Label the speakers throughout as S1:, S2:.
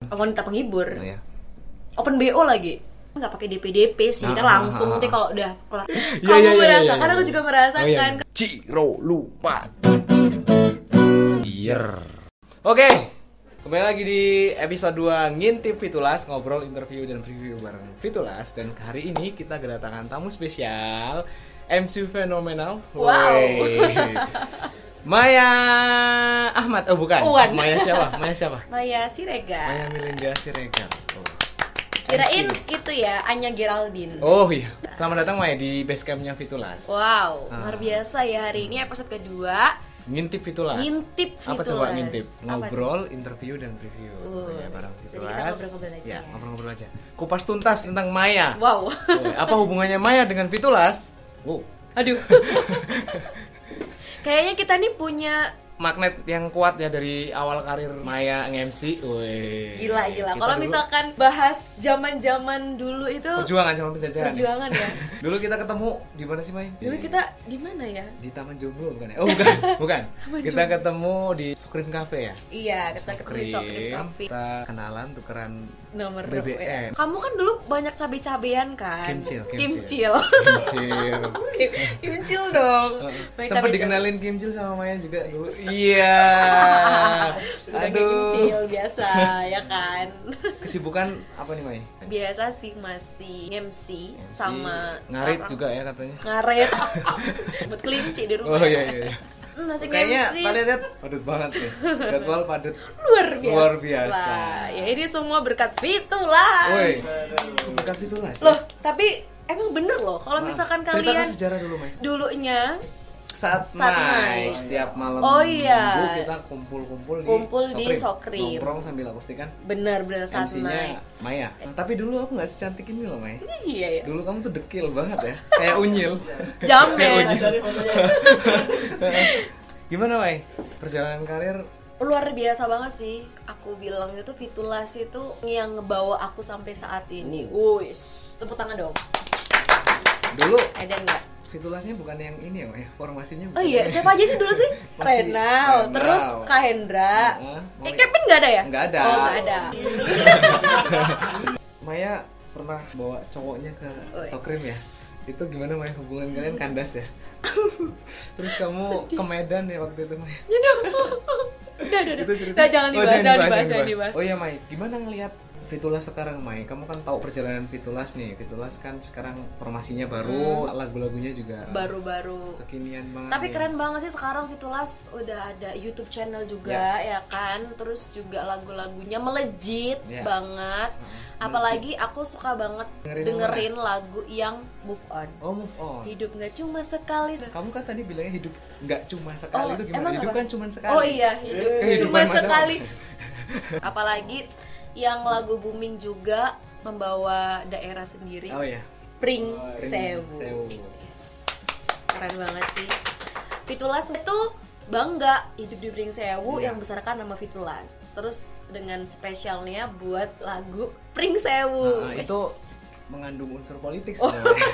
S1: wanita penghibur
S2: Oh, ya.
S1: open bo lagi nggak pakai dp dp sih kita
S2: Ah,
S1: langsung
S2: ah, ah,
S1: nanti
S2: ah.
S1: kalau udah kelar
S2: Iya,
S1: kamu
S2: iya, iya,
S1: merasa
S2: iya,
S1: karena
S2: iya.
S1: aku juga merasakan
S2: Oh, iya, iya. Ciro lupa. Yer. Oke, kembali lagi di episode 2 Ngintip Fitulas, ngobrol, interview dan review bareng Fitulas dan hari ini kita kedatangan tamu spesial MC fenomenal.
S1: Wow.
S2: Wey. Maya Ahmad, oh bukan.
S1: Wan.
S2: Maya siapa? Maya siapa?
S1: Maya Sirega
S2: Maya Melinda Siregar. Oh.
S1: Ya. kirain itu ya Anya Geraldine
S2: Oh iya, selamat datang Maya di basecampnya Fitulas.
S1: wow
S2: Ah.
S1: luar biasa ya hari ini episode kedua
S2: Ngintip Fitulas.
S1: Ngintip
S2: Apa coba
S1: Fitulas.
S2: ngintip?
S1: Apa
S2: Ngobrol, interview dan preview.
S1: Uh,
S2: ya, barang
S1: jadi kita
S2: Fitulas.
S1: ngobrol-ngobrol aja
S2: ya,
S1: ya.
S2: ngobrol-ngobrol aja. Kupas tuntas tentang Maya.
S1: wow
S2: Woy, apa hubungannya Maya dengan Fitulas? Wow,
S1: aduh kayaknya kita nih punya
S2: magnet yang kuat ya dari awal karir Maya nge-MC. Woy.
S1: gila gila
S2: Iya, Kita
S1: kalau
S2: dulu
S1: misalkan bahas zaman zaman dulu itu
S2: perjuangan sama penjajahan. ya.
S1: perjuangan ya
S2: Dulu kita ketemu di mana sih, Maya?
S1: dulu
S2: Di-
S1: kita di mana ya
S2: di Taman Jomblo bukan ya? Oh, bukan. bukan. kita ketemu di Sukrin Cafe ya.
S1: iya kita ketemu di Sokrim
S2: Sukrin,
S1: Cafe.
S2: Kita kenalan tukeran
S1: nomor WA.
S2: BBM.
S1: Kamu kan dulu banyak cabai-cabean kan?
S2: Kimcil,
S1: kimcil.
S2: kimcil. Kimcil.
S1: Kim- kimcil dong. Banyak
S2: Sempat
S1: cabai-cabean.
S2: dikenalin Kimcil sama Maya juga dulu. Iya.
S1: Udah kayak
S2: Aduh.
S1: kimcil biasa ya kan.
S2: Kesibukan apa nih Maya?
S1: biasa sih masih MC,
S2: MC,
S1: sama
S2: ngarit
S1: sekarang-
S2: juga ya katanya.
S1: Ngaret. Buat kelinci di rumah.
S2: Oh iya iya. iya.
S1: Hmm, Masih
S2: Kayaknya
S1: MC.
S2: tadi lihat padat banget ya. Jadwal padat.
S1: Luar biasa.
S2: Luar biasa.
S1: Ya ini semua berkat Fitulas.
S2: Woi. Bekas itu lah.
S1: Loh, tapi emang bener loh kalau misalkan
S2: ceritakan
S1: kalian
S2: sejarah dulu Mas.
S1: dulunya
S2: Saat,
S1: Saat
S2: Mai
S1: Mai.
S2: setiap malam
S1: Oh, iya.
S2: minggu kita kumpul-kumpul di
S1: Kumpul di Sokrim.
S2: Nongkrong sambil kan. akustikan.
S1: benar-benar saat naik.
S2: MC-nya Maya.
S1: Eh.
S2: Nah, tapi dulu aku nggak secantik ini loh, Maya.
S1: Iya ya.
S2: Dulu kamu tuh dekil banget ya, kayak unyil.
S1: Jamet.
S2: Gimana, Mai? Perjalanan karir
S1: Luar biasa banget sih. Aku bilang itu Fitulas itu yang ngebawa aku sampai saat ini. Wuis, tepuk tangan dong.
S2: dulu
S1: Ada nggak?
S2: situasinya bukan yang ini ya, Mai. Formasinya bukan.
S1: Oh iya, siapa aja sih dulu sih?
S2: Masih
S1: Renal,
S2: Renal.
S1: terus Kak Hendra.
S2: Heeh,
S1: Eh,
S2: Mami.
S1: Kevin nggak ada ya?
S2: Nggak ada.
S1: Oh, nggak ada.
S2: Maya pernah bawa cowoknya ke
S1: Wih.
S2: Sokrim ya. Itu gimana Maya hubungan kalian kandas ya? Terus kamu ke Medan ya waktu itu Maya.
S1: Aduh. Udah, udah, udah.
S2: Itu cerita.
S1: Udah, Nah, jangan
S2: Oh,
S1: dibahas, jangan dibahas, jangan dibahas.
S2: Oh iya Mai, gimana ngelihat Fitulas sekarang Mai? Kamu kan tahu perjalanan Fitulas nih. Fitulas kan sekarang formasinya baru, lagu-lagunya juga
S1: Baru-baru.
S2: kekinian
S1: Hmm.
S2: banget. ya. Nah,
S1: Tapi
S2: nih.
S1: keren banget sih sekarang Fitulas udah ada YouTube channel juga ya kan. Terus juga lagu-lagunya melejit
S2: Ya.
S1: banget. Apalagi aku suka banget
S2: Dengerin ya?
S1: dengerin, lagu yang move on.
S2: Oh move on.
S1: Hidup nggak cuma sekali.
S2: Kamu kan tadi bilangnya hidup nggak cuma sekali
S1: Oh,
S2: itu gimana?
S1: emang
S2: Hidup
S1: apa?
S2: kan cuma sekali. kan
S1: Oh iya, hidup
S2: Kehidupan
S1: cuma
S2: Eh, masa-
S1: sekali. Apalagi yang lagu booming juga membawa daerah sendiri.
S2: Oh iya.
S1: Pring
S2: Pring
S1: Sewu.
S2: Sewu.
S1: Yes. Keren banget sih. Fitulas itu bangga hidup di Pring Sewu yang
S2: Iya.
S1: besarkan nama Fitulas. Terus dengan spesialnya buat lagu Pring Sewu.
S2: Nah,
S1: Yes.
S2: itu mengandung unsur politik sebenarnya.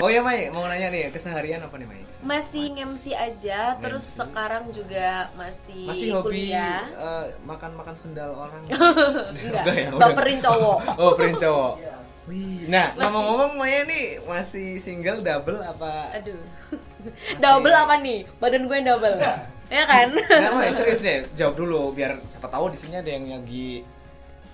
S2: Oh. iya Mai, mau nanya nih keseharian apa nih Mai?
S1: masih MC aja, terus
S2: Nge-MC.
S1: sekarang juga masih,
S2: Masih hobi
S1: kuliah.
S2: eh, makan-makan sendal orang.
S1: Enggak,
S2: Udah ya, udah.
S1: baperin cowok.
S2: Oh, prank cowok. Wih. Nah,
S1: Masih-
S2: ngomong-ngomong Maya nih masih single double apa?
S1: Aduh. double apa nih? Badan gue yang double. ya kan?
S2: Nah, Maya serius deh, jawab dulu biar siapa tahu di sini ada yang lagi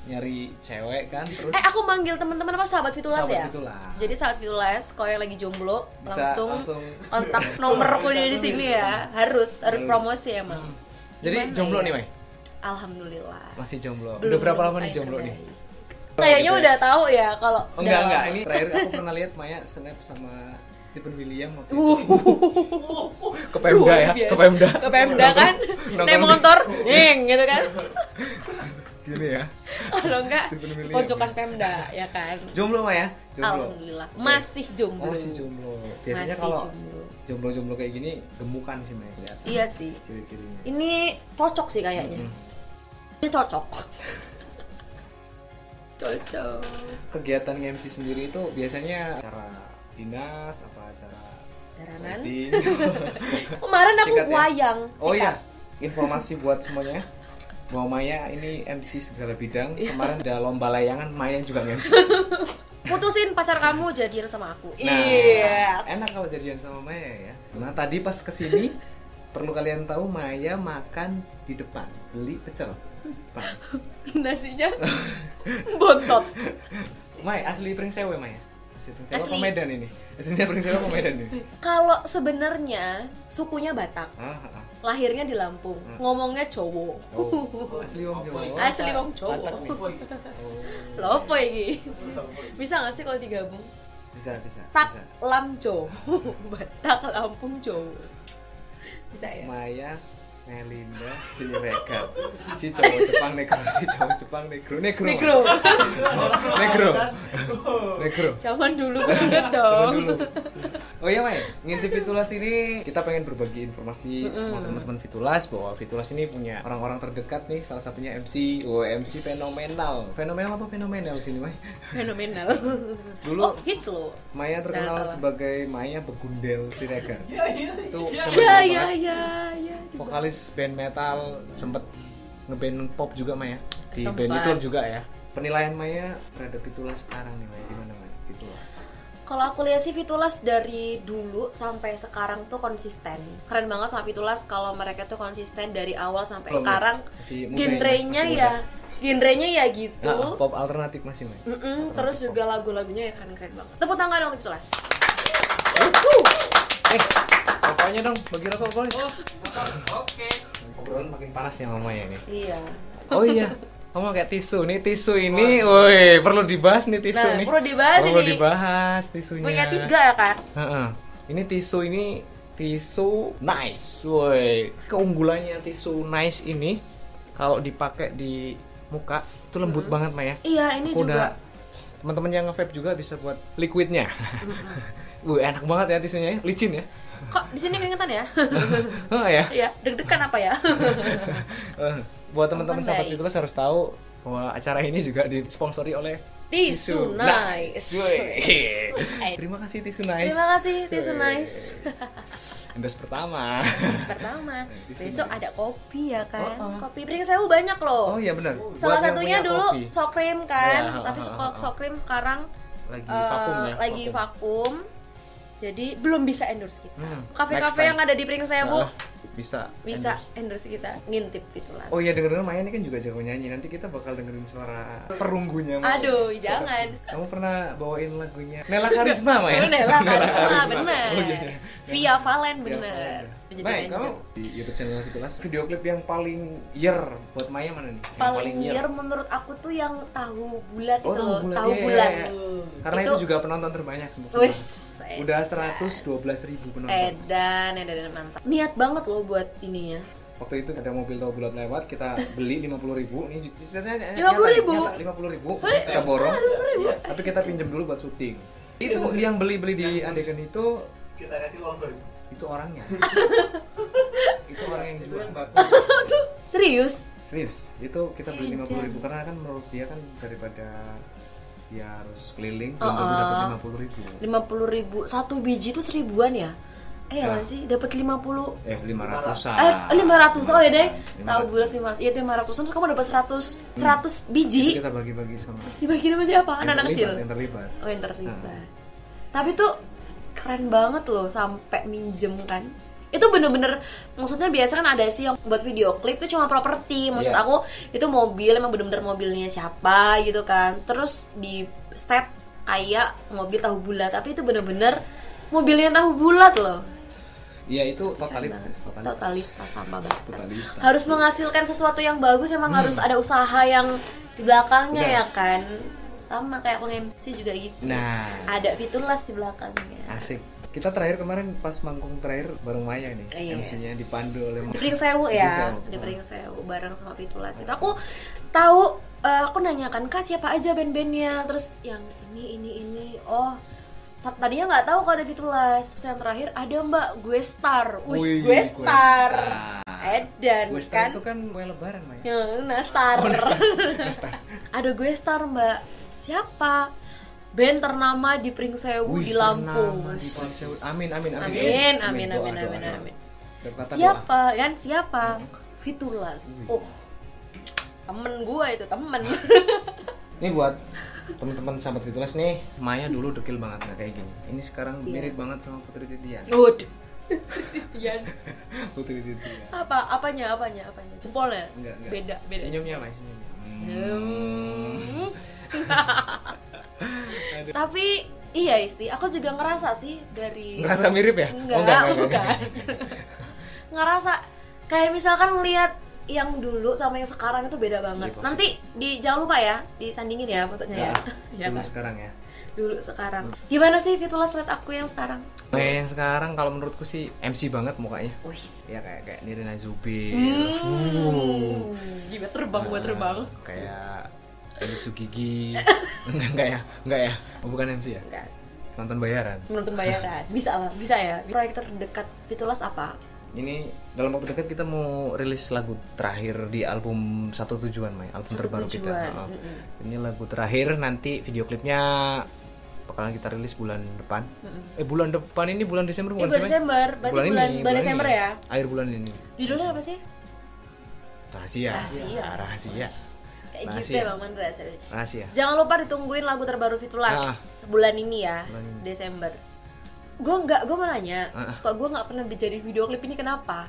S2: nyari cewek kan terus
S1: eh aku manggil teman-teman apa sahabat Fitulas ya?
S2: Sahabat Fitulas.
S1: Jadi sahabat Fitulas, kalau yang lagi jomblo
S2: Bisa
S1: langsung,
S2: langsung.
S1: kontak nomorku dia di sini ya. Harus, harus
S2: Harus.
S1: promosi ya, emang.
S2: Hmm. Jadi
S1: Gimana
S2: jomblo
S1: ya?
S2: nih, Mai?
S1: Alhamdulillah.
S2: Masih jomblo.
S1: Belum
S2: udah berapa lama
S1: menemukan
S2: nih
S1: yang
S2: jomblo nih?
S1: terbaik. Kayaknya
S2: Gitu ya?
S1: udah tahu ya kalau
S2: Oh, enggak,
S1: udah
S2: enggak.
S1: lama.
S2: Ini terakhir aku pernah lihat Maya snap sama Stephen William waktu itu.
S1: Uh,
S2: Ke Pemda ya,
S1: biasa.
S2: ke Pemda.
S1: Ke Pemda kan?
S2: Nongkrong
S1: Naik
S2: di- Oh.
S1: motor, nyeng gitu kan.
S2: Gini ya.
S1: Kalau enggak
S2: Stephen William.
S1: pojokan Pemda ya kan.
S2: Jomblo Maya? Jomblo.
S1: Alhamdulillah masih jomblo.
S2: Oh, masih jomblo. Biasanya
S1: Masih
S2: kalau
S1: jomblo.
S2: jomblo-jomblo kayak gini gemukan sih Maya kelihatan.
S1: Iya sih.
S2: ciri-cirinya.
S1: Ini cocok sih kayaknya.
S2: Mm.
S1: Ini cocok. cocok.
S2: Kegiatan MC sendiri itu biasanya acara dinas apa acara
S1: Jaranan.
S2: wedding.
S1: Kemarin aku
S2: Sikat ya?
S1: wayang.
S2: oh
S1: sikat.
S2: iya, informasi buat semuanya. Bahwa Maya ini MC segala bidang.
S1: Iya.
S2: Kemarin ada lomba layangan, Maya juga MC.
S3: Putusin pacar kamu jadian sama aku.
S2: Nah,
S1: Yes.
S2: enak kalau jadian sama Maya ya. Nah, tadi pas kesini perlu kalian tahu Maya makan di depan, beli pecel. Depan.
S3: Nasinya
S1: bontot
S2: May, asli Pringsewe Maya. Asli Pringsewe apa
S1: Asli.
S2: Medan ini? Aslinya Pringsewe apa Medan ini?
S1: kalau sebenarnya sukunya Batak
S2: Ah, ah, ah.
S1: lahirnya di Lampung
S2: Hmm.
S1: ngomongnya Jawa
S2: Oh, oh, asli wong Jawa.
S1: asli wong Jawa
S2: Batak nih. Oh,
S1: Lho apa ini bisa nggak sih kalau digabung
S2: bisa bisa.
S1: tak
S2: bisa.
S1: lam Jawa Batak Lampung Jawa bisa ya
S2: Maya Melinda Siregar si cowok Jepang negro si cowok Jepang negro negro
S1: Negro Oh.
S2: negro negro
S1: zaman dulu banget
S2: Zaman
S1: dong
S2: dulu. Oh iya May, ngintip Fitulas ini kita pengen berbagi informasi sama teman-teman Fitulas bahwa Fitulas ini punya orang-orang terdekat nih salah satunya MC, oh MC fenomenal, fenomenal apa fenomenal sini May?
S1: fenomenal
S2: Dulu
S1: oh hits loh
S2: Maya terkenal
S1: Nah, salah.
S2: sebagai Maya Begundel Siregar, itu
S1: ya
S2: fenomenal
S1: ya
S2: banget.
S1: ya ya
S2: vokalis band metal sempet ngeband pop juga Maya di
S1: Sempet.
S2: band itu juga ya penilaian Maya terhadap Fitulas sekarang nih Maya gimana Maya Fitulas
S1: Kalau aku lihat sih Fitulas dari dulu sampai sekarang tuh konsisten. Keren banget sama Fitulas kalau mereka tuh konsisten dari awal sampai
S2: Belum ya?
S1: sekarang.
S2: Masih muda ya,
S1: Genrenya
S2: masih
S1: ya, genrenya ya gitu.
S2: Ah, pop gitu. alternatif masih Maya
S1: Mm-mm, terus juga lagu-lagunya ya keren-keren banget. Tepuk tangan dong Fitulas.
S2: eh pokoknya dong bagi rokok boleh
S1: Oh,
S2: oke obrolan makin panas ya Mama ya ini
S1: Iya.
S2: oh iya Mama kayak tisu nih tisu ini woi perlu dibahas nih tisu
S1: Nah,
S2: nih
S1: perlu dibahas
S2: perlu
S1: ini.
S2: dibahas tisunya
S1: Punya tiga ya kan?
S2: Heeh. Ini tisu ini tisu nice, woi. Keunggulannya tisu nice ini kalau dipakai di muka itu lembut banget Maya.
S1: Iya, ini
S2: Aku
S1: juga.
S2: udah- teman-teman yang nge-vape juga bisa buat liquidnya.
S1: Hmm,
S2: Wih, enak banget ya tisunya, ya. licin ya.
S1: Kok di sini keringetan ya?
S2: Heeh ya.
S1: Iya, deg-degan apa ya?
S2: Eh, buat teman-teman
S1: Aman,
S2: sahabat
S1: baik.
S2: itu harus tahu bahwa acara ini juga disponsori oleh
S1: Tisu nice.
S2: Nah, Woi. Terima kasih tisu
S1: Eh.
S2: nice.
S1: Terima kasih Tisu Nice.
S2: Endorse pertama.
S1: Pertama,
S2: Tisu
S1: besok
S2: Nice.
S1: ada kopi ya kan?
S2: Oh, oh.
S1: Kopi Pring Sewu banyak loh.
S2: Oh iya benar.
S1: Salah
S2: Buat yang
S1: satunya
S2: punya
S1: dulu
S2: kopi.
S1: sokrim kan,
S2: Iya,
S1: tapi
S2: ha, ha,
S1: sok
S2: ha, ha.
S1: sokrim sekarang
S2: lagi
S1: eh,
S2: vakum ya.
S1: lagi vakum. Jadi belum bisa endorse kita.
S2: Hmm, next
S1: Kafe-kafe
S2: time.
S1: yang ada di Pring Sewu
S2: Nah, bisa.
S1: ya, bisa endorse
S2: endorse.
S1: kita. Ngintip gitu, Fitulas.
S2: Oh iya denger-denger Maya ini kan juga jago nyanyi. Nanti kita bakal dengerin suara perunggunya Maya.
S1: Aduh,
S2: Suara-
S1: jangan.
S2: Kamu pernah bawain lagunya Nela Karisma ya? Maya?
S1: Lu Nela Karisma bener.
S2: Oh, iya, iya.
S1: Via Valen
S2: Iya,
S1: bener.
S2: iya.
S1: Menjadi
S2: Maya,
S1: manajer.
S2: kamu di YouTube channel Fitulas video klip yang paling year buat Maya mana nih? Yang
S1: paling year menurut aku tuh yang tahu bulat
S2: Oh,
S1: itu
S2: tahu
S1: loh,
S2: bulat,
S1: tahu
S2: iya, iya,
S1: bulat.
S2: iya. Karena itu,
S1: Itu-
S2: juga penonton terbanyak. untuk
S1: Wis.
S2: Fitulas. Udah 112 ribu penonton.
S1: Edan, edan, edan, mantap. Niat banget loh buat ininya.
S2: waktu itu ada mobil tahu bulat lewat kita beli lima puluh ribu ini
S1: $50.000?
S2: lima puluh ribu kita borong Iya, tapi kita pinjam dulu buat syuting itu yang beli beli di adegan itu
S4: kita kasih uang baru
S2: itu orangnya itu orang yang jual
S1: Serius?
S2: serius itu kita
S1: Iya,
S2: beli lima puluh ribu karena kan menurut dia kan daripada dia harus keliling
S1: Oh,
S2: belum tentu dapat lima puluh ribu
S1: lima puluh ribu satu biji tuh seribuan ya eh ya nggak sih dapat lima puluh
S2: eh lima ratusan
S1: eh lima ratus oh ya deh tahu
S2: 500.
S1: bulat lima ratus Hmm. ya lima ratusan terus kamu dapat seratus seratus biji
S2: kita bagi bagi sama
S1: dibagi sama siapa
S2: yang
S1: anak-anak
S2: terlibat,
S1: kecil
S2: yang terlibat
S1: oh yang terlibat
S2: Hmm.
S1: tapi tuh keren banget loh sampai minjem kan itu bener-bener maksudnya biasa kan ada sih yang buat video klip itu cuma properti maksud
S2: Iya.
S1: aku itu mobil emang bener-bener mobilnya siapa gitu kan terus di set kayak mobil tahu bulat tapi itu bener-bener mobilnya tahu bulat loh
S2: iya itu totalitas
S1: totalitas tanpa batas
S2: Totalitas. Hmm.
S1: harus menghasilkan sesuatu yang bagus emang harus ada usaha yang di belakangnya
S2: Benar.
S1: ya kan sama kayak aku MC juga gitu
S2: nah
S1: ada fitulas di belakangnya
S2: Asik. Kita terakhir kemarin pas manggung terakhir bareng Maya nih.
S1: Yes.
S2: MC-nya dipandu oleh
S1: Iya. di Pring Sewu ya
S2: Pringsewu.
S1: di Pring Sewu bareng sama Fitulas itu aku tahu eh, aku nanyakan kak siapa aja band-bandnya terus yang ini ini ini oh ta- tadinya nggak tahu kalau ada Fitulas terus yang terakhir ada Mbak Gue Star wih,
S2: Wih,
S1: Gue
S2: Gue
S1: Star
S2: Star.
S1: Edan
S2: Gue Star
S1: kan
S2: itu kan kue lebaran Maya.
S1: Ya, nah star.
S2: Oh, Nah,
S1: Ada gue star mbak. Siapa? Band ternama di Pringsewu di
S2: Wih,
S1: Lampung.
S2: ternama di Pringsewu. Amin, amin, amin.
S1: Amin,
S2: Amin.
S1: amin,
S2: Doa,
S1: amin,
S2: doa,
S1: amin,
S2: doa.
S1: amin.
S2: Setiap kata
S1: Siapa? Kan siapa? Fitulas.
S2: Wih.
S1: Oh, temen gue itu temen
S2: Ini buat teman-teman sahabat Fitulas nih, Maya dulu dekil banget nggak kayak gini. Ini
S1: Iya.
S2: sekarang mirip banget sama Putri Titian.
S1: Waduh Titian
S2: Putri Titian.
S1: apa apanya apanya apanya jempolnya
S2: Enggak, enggak.
S1: beda beda
S2: Senyumnya, Maya, senyumnya.
S1: Hmm.
S2: Aduh.
S1: tapi iya sih aku juga ngerasa sih dari
S2: Ngerasa mirip ya?
S1: Enggak,
S2: Oh,
S1: bukan. ngerasa kayak misalkan ngelihat yang dulu sama yang sekarang itu beda banget.
S2: Iya, pasti.
S1: Nanti di jangan lupa ya, disandingin ya fotonya ya.
S2: Ya,
S1: Iya, Hmm.
S2: dulu
S1: kan?
S2: sekarang ya.
S1: dulu sekarang. Gimana sih fitulas lihat aku yang sekarang?
S2: Maya yang sekarang kalau menurutku sih MC banget mukanya.
S1: Wis.
S2: Ya kayak kayak Nirina Zubir. Wuh.
S1: Hmm. Gila terbang gua
S2: Nah,
S1: terbang.
S2: Kayak Eli Sugigi. enggak, enggak ya? Enggak ya? Oh, bukan MC ya?
S1: Enggak.
S2: Nonton bayaran.
S1: Menonton bayaran. Bisa lah, bisa ya. Proyek terdekat fitulas apa?
S2: Ini dalam waktu dekat kita mau rilis lagu terakhir di album Satu Tujuan, Mai. Album
S1: Satu
S2: terbaru
S1: Tujuan,
S2: kita. Maaf.
S1: mm-mm.
S2: Ini lagu terakhir nanti video klipnya bakalan kita rilis bulan depan. Eh bulan depan ini bulan Desember
S1: Eh, bulan
S2: bukan sih, Mai?
S1: Desember, berarti bulan, bulan,
S2: ini,
S1: Desember
S2: ini.
S1: ya.
S2: Akhir bulan ini.
S1: Judulnya apa sih?
S2: Rahasia.
S1: Rahasia.
S2: Rahasia.
S1: Kayak gitu
S2: Rahasia.
S1: ya Bang Mandra. rasanya.
S2: Rahasia.
S1: Jangan lupa ditungguin lagu terbaru Fitulas
S2: Ah.
S1: bulan ini ya,
S2: Bulan ini.
S1: Desember. Gue nggak, gue mau nanya,
S2: Ah.
S1: kok gue nggak pernah dijadiin video klip ini kenapa?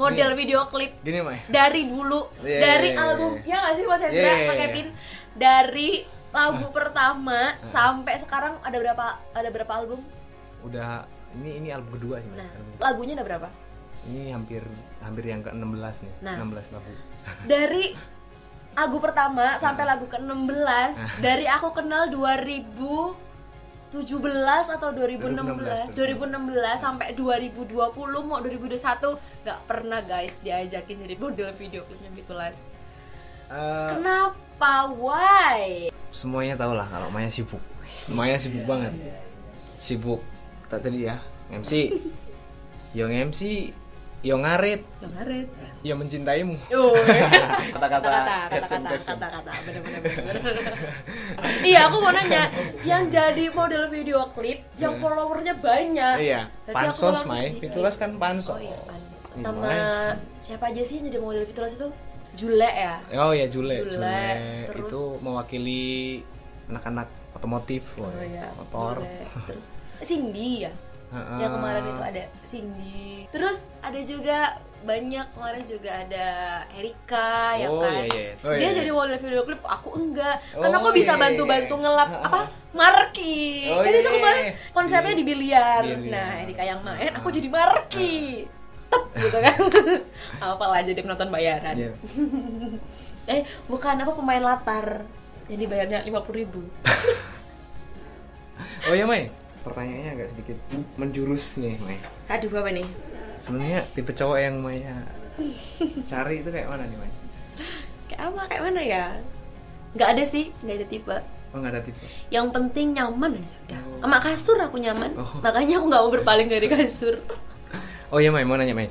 S1: Model video klip
S2: Gini, Mai.
S1: dari dulu,
S2: Iya,
S1: dari
S2: iya, iya,
S1: album,
S2: iya.
S1: ya nggak sih Mas Hendra
S2: Iya, iya,
S1: pakai
S2: iya. Ah.
S1: pin dari lagu pertama sampai sekarang ada berapa ada berapa album?
S2: Udah ini ini album kedua sih, Mai.
S1: Nah,
S2: Album-
S1: lagunya ada berapa?
S2: Ini hampir hampir yang ke-16 nih.
S1: Nah.
S2: 16 lagu.
S1: Dari lagu pertama sampai lagu
S2: Ah.
S1: ke-16 dari aku kenal 2017 atau 2016 2016, 2016 sampai 2020 mau 2021 nggak pernah guys diajakin jadi model video klipnya Bitulas
S2: Eh,
S1: kenapa why
S2: semuanya tau lah kalau Maya sibuk Maya sibuk banget
S1: Iya,
S2: sibuk tak tadi ya MC yang MC yang ngarit
S1: kemarin
S2: yang mencintaimu kata-kata
S1: kata-kata
S2: caption,
S1: kata-kata
S2: caption.
S1: kata-kata bener-bener bener-bener. iya aku mau nanya yang jadi model video klip yang followernya banyak
S2: Hmm. iya
S1: Berarti aku
S2: pansos
S1: doang
S2: Maya
S1: sedikit.
S2: Fitulas kan
S1: Oh
S2: pansos
S1: iya, pansos.
S2: Iya,
S1: Sama
S2: Maya.
S1: siapa aja sih yang jadi model Fitulas itu? Jule ya?
S2: oh ya Jule
S1: Jule,
S2: Jule
S1: terus-
S2: itu mewakili anak-anak otomotif woy. motor
S1: Oh, iya, Jule. Terus Cindy ya?
S2: Heeh.
S1: Yang kemarin itu ada Cindy. Terus ada juga banyak kemarin juga ada Erika ya
S2: Oh,
S1: kan.
S2: iya, iya. Oh,
S1: Dia
S2: iya, iya.
S1: jadi model video klip, aku enggak. Karena
S2: Oh,
S1: aku bisa
S2: iya, iya,
S1: bantu-bantu
S2: iya.
S1: ngelap
S2: Ah,
S1: apa? Marki.
S2: Oh,
S1: Kan
S2: iya,
S1: itu kemarin
S2: iya, iya.
S1: konsepnya di biliar.
S2: Biliar.
S1: Nah, Erika yang main, aku
S2: Ah.
S1: jadi Marki. Tep gitu kan. Apalah jadi penonton bayaran.
S2: Iya.
S1: Eh, bukan apa pemain latar. Yang dibayarnya 50.000 ribu
S2: oh ya Maya pertanyaannya agak sedikit menjurus nih Maya
S1: Aduh, apa nih?
S2: sebenarnya tipe cowok yang Maya cari itu kayak mana nih Maya?
S1: Kayak apa? Kayak mana ya? Nggak ada sih, nggak ada tipe.
S2: Oh nggak ada tipe.
S1: Yang penting nyaman aja udah.
S2: Oh.
S1: Sama kasur aku nyaman.
S2: Oh.
S1: Makanya aku nggak mau berpaling dari kasur.
S2: Oh iya Maya mau nanya Maya.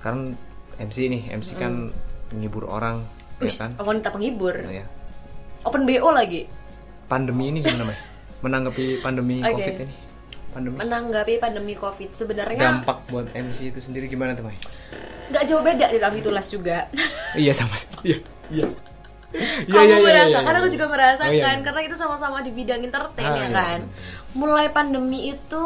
S2: Karena MC nih, MC kan
S1: Hmm.
S2: menghibur orang, ya
S1: Wih,
S2: kan?
S1: wanita penghibur.
S2: Oh, ya.
S1: Open BO lagi.
S2: Pandemi ini gimana Maya? Menanggapi pandemi
S1: Oke.
S2: COVID ini? Pandemi.
S1: Menanggapi pandemi Covid sebenarnya
S2: Dampak buat MC itu sendiri gimana tuh Maya?
S1: nggak jauh beda dari Fitulas juga.
S2: iya sama sih. Iya. Iya.
S1: Kamu
S2: iya, iya,
S1: merasa,
S2: iya,
S1: karena
S2: iya.
S1: aku juga merasakan
S2: Oh, iya, iya.
S1: karena kita sama-sama di bidang entertain
S2: Ah,
S1: ya
S2: iya,
S1: kan. Mulai pandemi itu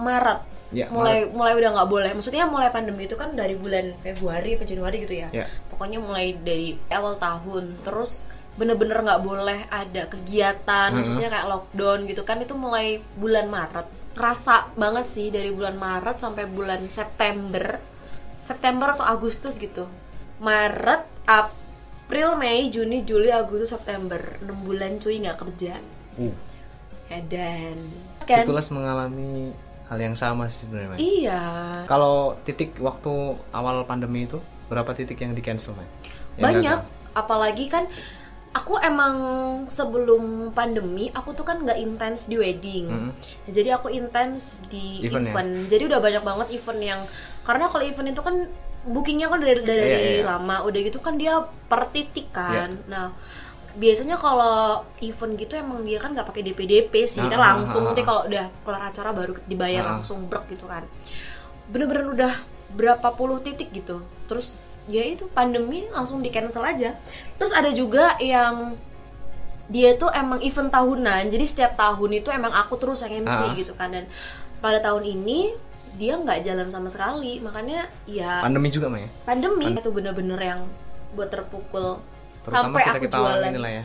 S1: Maret.
S2: Ya,
S1: mulai mulai udah nggak boleh. Maksudnya mulai pandemi itu kan dari bulan Februari atau Januari gitu ya.
S2: Ya.
S1: Pokoknya mulai dari awal tahun. Terus bener-bener nggak boleh ada kegiatan,
S2: Mhm.
S1: maksudnya kayak lockdown gitu kan itu mulai bulan Maret. Kerasa banget sih dari bulan Maret sampai bulan September. September atau Agustus gitu. Maret, April, Mei, Juni, Juli, Agustus, September. 6 bulan cuy nggak kerja.
S2: Uh,
S1: Edan. Kan?
S2: Fitulas mengalami hal yang sama sih sebenarnya Maya.
S1: Iya.
S2: Kalau titik waktu awal pandemi itu berapa titik yang di cancel, Mai? Yang
S1: banyak
S2: gagal?
S1: apalagi kan aku emang sebelum pandemi aku tuh kan nggak intens di wedding
S2: Mm-mm.
S1: jadi aku intens di
S2: Event
S1: event,
S2: ya?
S1: jadi udah banyak banget event yang karena kalau event itu kan bookingnya kan dari dari
S2: Iya, iya, iya.
S1: lama udah gitu kan dia per titik kan nah biasanya kalau event gitu emang dia kan nggak pakai DP DP sih
S2: Ah,
S1: kan
S2: ah,
S1: langsung
S2: ah,
S1: nanti
S2: ah.
S1: kalau udah kelar acara baru dibayar
S2: Ah.
S1: langsung brek gitu kan bener-bener udah berapa puluh titik gitu terus ya itu pandemi langsung di cancel aja terus ada juga yang dia tuh emang event tahunan jadi setiap tahun itu emang aku terus yang MC
S2: Ah.
S1: gitu kan dan pada tahun ini dia nggak jalan sama sekali makanya ya
S2: Pandemi juga Maya.
S1: pandemi itu bener-bener yang buat terpukul
S2: Terutama
S1: sampai
S2: kita
S1: aku
S2: kita
S1: jualan
S2: inilah ya.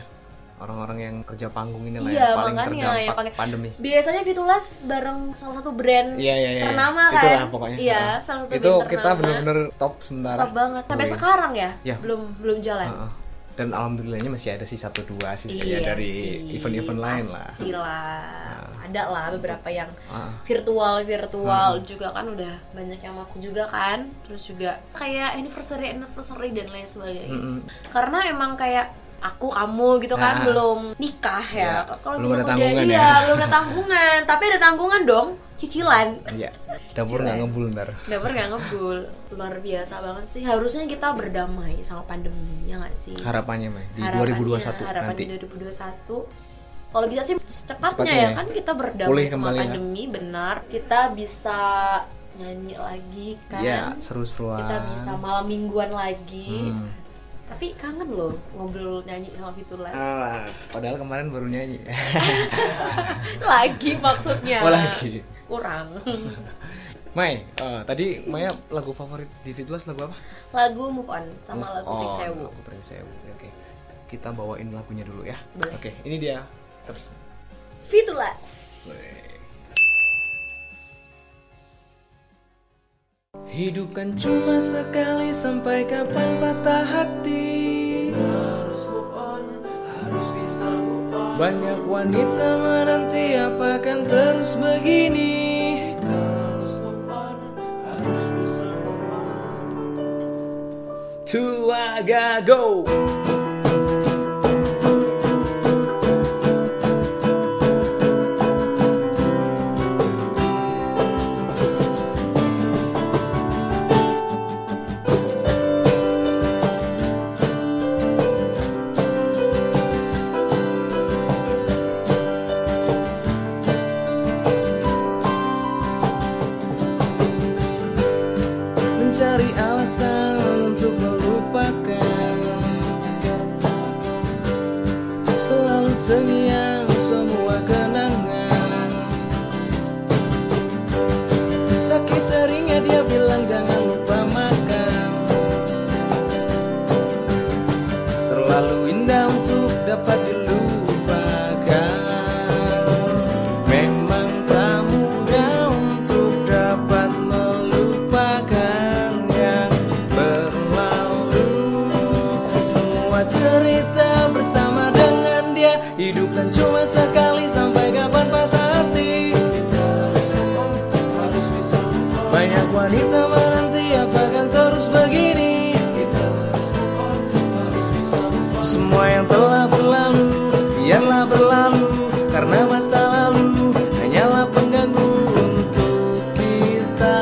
S2: Orang-orang yang kerja panggung inilah
S1: Iya,
S2: ya paling
S1: makanya
S2: terdampak
S1: yang pakai-
S2: pandemi.
S1: biasanya Fitulas bareng salah satu brand
S2: Iya iya iya.
S1: ternama kan
S2: Itulah pokoknya.
S1: iya
S2: Heeh.
S1: salah satu
S2: Itu
S1: brand
S2: kita
S1: ternama.
S2: bener-bener stop sebentar.
S1: stop banget sampai
S2: Dulu ya.
S1: sekarang ya
S2: Iya.
S1: belum belum jalan
S2: Heeh. Dan alhamdulillahnya masih ada sih satu dua sih
S1: Iya
S2: ya dari
S1: sih,
S2: event-event lain lah. Nah. Ah.
S1: pastilah. ada lah beberapa yang
S2: Heeh.
S1: virtual virtual
S2: Hmm.
S1: juga kan udah banyak yang aku juga kan terus juga kayak anniversary anniversary dan lain sebagainya
S2: Mm-mm.
S1: karena emang kayak aku kamu gitu kan
S2: Ah.
S1: belum nikah ya
S2: Iya.
S1: kalau
S2: Belum
S1: bisa
S2: ada
S1: udah-
S2: tanggungan
S1: iya,
S2: ya.
S1: belum ada tanggungan tapi ada tanggungan dong cicilan
S2: Iya. Dapur nggak ngebul ntar.
S1: dapur nggak ngebul luar biasa banget sih harusnya kita berdamai sama pandemi ya nggak sih
S2: Harapannya Maya di
S1: Harapannya-
S2: 2021
S1: harapannya
S2: nanti.
S1: 2021 kalau bisa sih secepatnya,
S2: Secepatnya
S1: ya
S2: ya.
S1: kan kita berdamai
S2: Pulih
S1: sama
S2: kembali ya.
S1: pandemi benar kita bisa nyanyi lagi kan
S2: Iya, seru-seruan.
S1: kita bisa malam mingguan lagi
S2: Hmm.
S1: tapi kangen loh ngobrol nyanyi sama Fitulas
S2: Ah, padahal kemarin baru nyanyi.
S1: lagi maksudnya
S2: Oh, lagi.
S1: kurang
S2: Mai, eh, tadi Maya lagu favorit di Fitulas lagu apa?
S1: lagu move on sama
S2: Move
S1: lagu
S2: on,
S1: Pink Sewu
S2: Lagu Pink Sewu, Oke, oke. Kita bawain lagunya dulu ya.
S1: Boleh.
S2: Oke, ini dia. Terus.
S1: Fitulas
S2: Hidup kan cuma sekali sampai kapan patah hati Harus move on, harus bisa move on Banyak wanita menanti apakan terus begini Harus move on, harus bisa move on Tua go mencari alasan untuk melupakan Selalu terngiang semua kenangan Sakit teringnya dia bilang jangan lupa makan Terlalu indah untuk dapat dilupakan Memang tak mudah untuk dapat melupakan yang berlalu Semua cerita bersama dengan dia Hidup kan cuma sekali sampai kapan patah hati Banyak wanita menanti apakan terus begini semua yang telah berlalu biarlah berlalu karena masa lalu hanyalah pengganggu untuk kita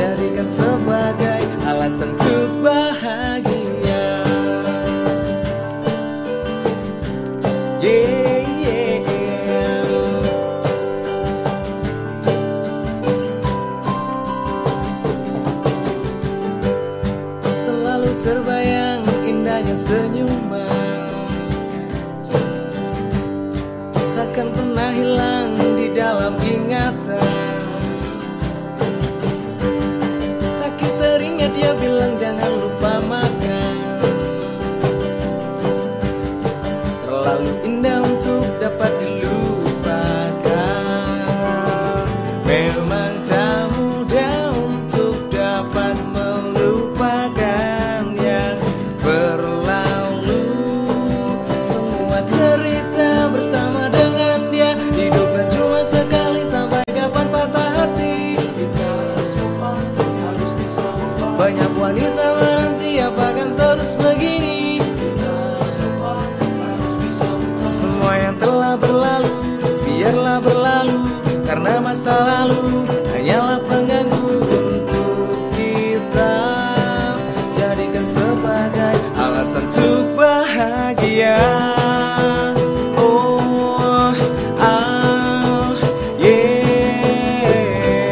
S2: jadikan sebagai alasan untuk bahagia yeah, yeah, yeah. Selalu terbayang indahnya senyuman Takkan pernah hilang di dalam ingatan Sakit teringnya dia bilang jangan lupa makan Terlalu indah untuk dapat dilupakan Memang tak mudah untuk dapat melupakan yang berlalu Semua cerita bersama dengan dia Hidup kan cuma sekali sampai kapan patah hati Kita harus move on, harus bisa move on. Banyak wanita menanti apakan terus begini Kita harus move on, harus bisa move on. Semua yang telah berlalu biarlah berlalu Karena masa lalu hanyalah pengganggu untuk kita Jadikan sebagai alasan untuk bahagia Oh, ah, yeah Oh,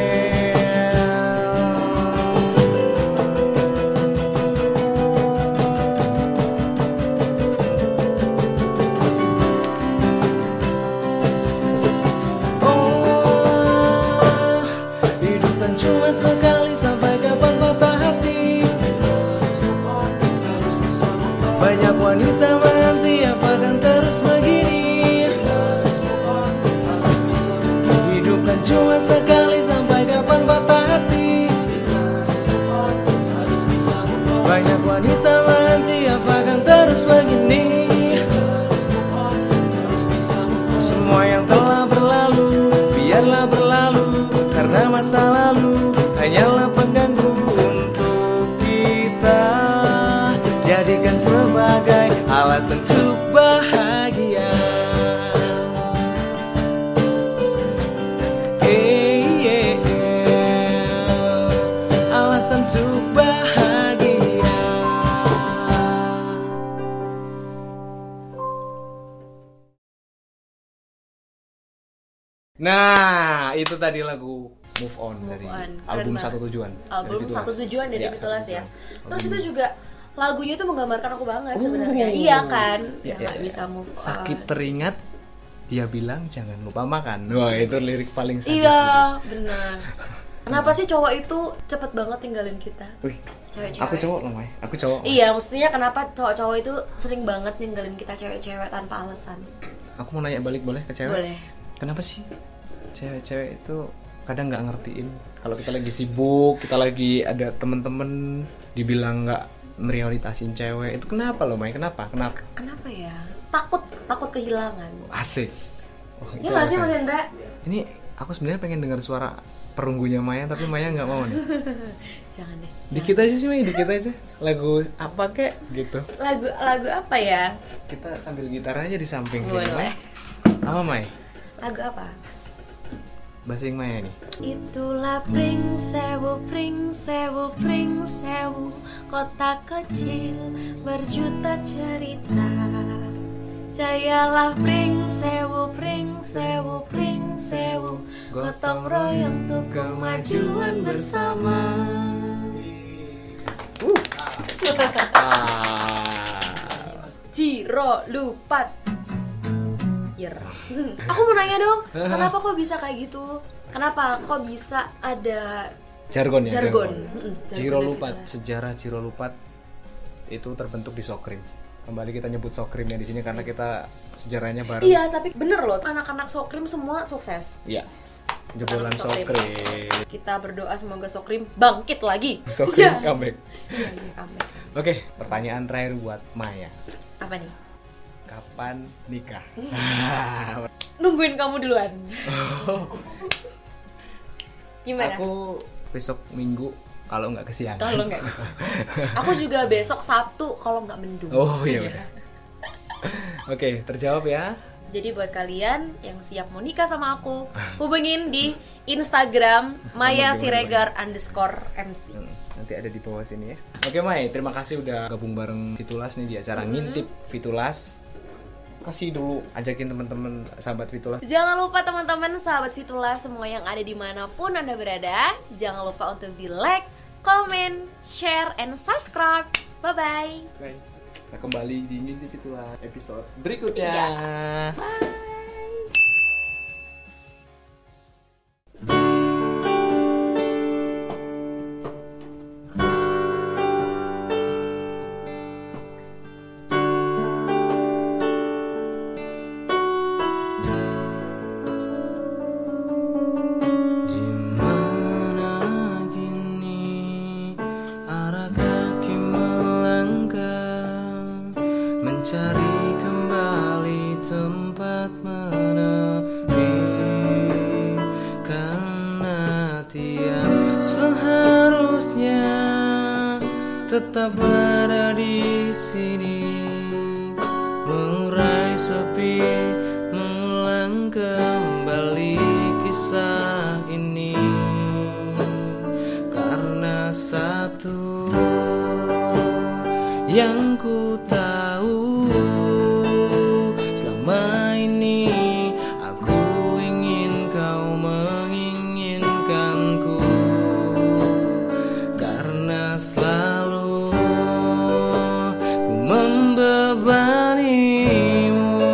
S2: untuk bahagia Eh, eh, eh. Alasan untuk bahagia Nah, itu tadi lagu Move On dari
S1: On. Keren
S2: album
S1: banget.
S2: Satu Tujuan. dari
S1: album
S2: Fitulas.
S1: satu tujuan dari
S2: Iya,
S1: Bitulas
S2: Satu
S1: ya.
S2: Tujuan.
S1: Terus
S2: Album
S1: itu juga lagunya itu menggambarkan aku banget sebenarnya.
S2: Oh.
S1: Iya kan?
S2: Iya,
S1: Ya nggak
S2: iya,
S1: bisa
S2: iya.
S1: move on.
S2: Sakit teringat dia bilang jangan lupa makan. Wah, itu lirik paling sadis.
S1: Iya,
S2: gitu.
S1: benar. Kenapa sih cowok itu cepet banget tinggalin kita?
S2: Wih,
S1: Cewek-cewek.
S2: aku cowok loh, Mai. Aku cowok. Mai.
S1: Iya, maksudnya kenapa cowok-cowok itu sering banget ninggalin kita cewek-cewek tanpa alasan?
S2: Aku mau nanya balik boleh ke cewek?
S1: Boleh.
S2: Kenapa sih cewek-cewek itu kadang nggak ngertiin kalau kita lagi sibuk, kita lagi ada temen-temen dibilang nggak prioritasin cewek itu kenapa loh, Mai? Kenapa? Kenapa?
S1: Kenapa ya? Takut, takut kehilangan.
S2: Asik. Oh,
S1: Iya
S2: itu
S1: nggak sih
S2: alasan.
S1: Mas Hendra?
S2: Ini aku sebenarnya pengen dengar suara perunggunya Maya tapi Maya nggak mau nih.
S1: Jangan deh.
S2: Dikit aja sih Maya, dikit aja. Lagu apa kek gitu.
S1: Lagu lagu apa ya?
S2: Kita sambil gitar aja di samping sini. Mai.
S1: Boleh.
S2: Apa Maya?
S1: Lagu apa?
S2: Basing Maya nih.
S1: Itulah pring sewu, pring sewu, pring sewu Kota kecil berjuta cerita Jayalah pring sewu, pring sewu, pring sewu Gotong royong untuk kemajuan bersama
S2: Ah.
S1: Ciro lupat Yer. Aku mau nanya dong, kenapa kok bisa kayak gitu? Kenapa kok bisa ada
S2: Jargon ya.
S1: Jargon. Mm-mm, jargon
S2: Jiro
S1: dari
S2: Lupat,
S1: kelas.
S2: sejarah Jiro Lupat itu terbentuk di Sokrim. Kembali kita nyebut Sokrimnya di sini karena kita sejarahnya bareng.
S1: Iya, tapi bener loh, anak-anak sokrim semua sukses.
S2: Iya. Jebolan
S1: Sokrim.
S2: Sokrim.
S1: Kita berdoa semoga sokrim bangkit lagi.
S2: Sokrim comeback.
S1: Iya, iya, amin.
S2: Oke, pertanyaan terakhir buat Maya.
S1: Apa nih?
S2: Kapan nikah?
S1: Nungguin kamu duluan. Gimana?
S2: Aku besok Minggu kalau nggak kesiangan.
S1: Kalau nggak bisa. Aku juga besok Sabtu kalau nggak mendung.
S2: Oh iya udah. Oke, terjawab ya.
S1: Jadi buat kalian yang siap mau nikah sama aku, hubungin di Instagram Maya Siregar underscore MC.
S2: Hmm, Nanti ada di bawah sini ya. Oke Mai, terima kasih udah gabung bareng Fitulas nih di acara ngintip Fitulas. Kasih dulu ajakin teman-teman sahabat Fitulas.
S1: Jangan lupa teman-teman sahabat Fitula semua yang ada dimanapun anda berada Jangan lupa untuk di like, comment, share, and subscribe Bye-bye
S2: Baik. Kita kembali di ngintip Fitulas episode berikutnya.
S1: Iya.
S2: Dimana kini arah kaki melangkah Mencari kembali tempat menepi Karena tiap seharusnya tetap berada di sini Mengurai sepi mengulang kembali kisah ini Karena satu yang ku tahu Selama ini aku ingin kau menginginkanku Karena selalu ku membebanimu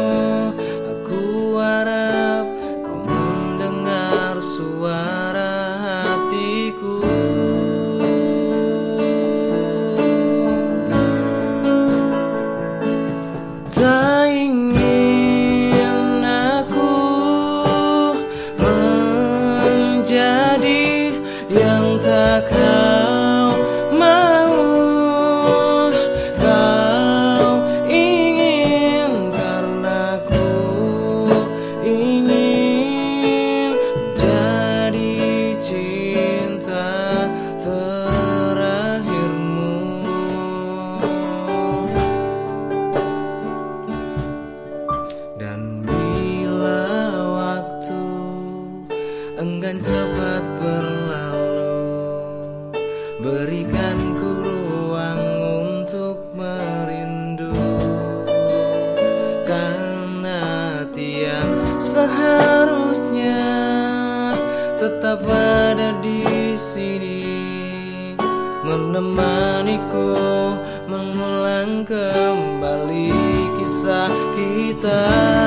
S2: seharusnya tetap ada di sini menemaniku mengulang kembali kisah kita. kan